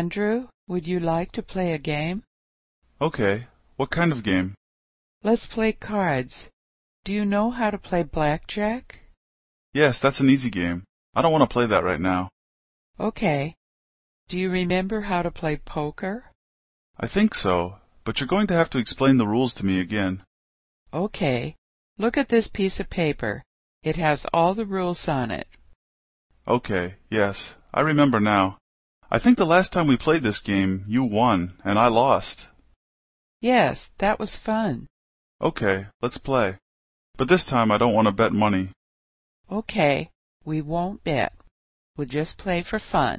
Andrew, would you like to play a game? Okay. What kind of game? Let's play cards. Do you know how to play blackjack? Yes, that's an easy game. I don't want to play that right now. Okay. Do you remember how to play poker? I think so, but you're going to have to explain the rules to me again. Okay. Look at this piece of paper. It has all the rules on it. Okay, yes, I remember now. I think the last time we played this game, you won, and I lost. Yes, that was fun. Okay, let's play. But this time I don't want to bet money. Okay, we won't bet. We'll just play for fun.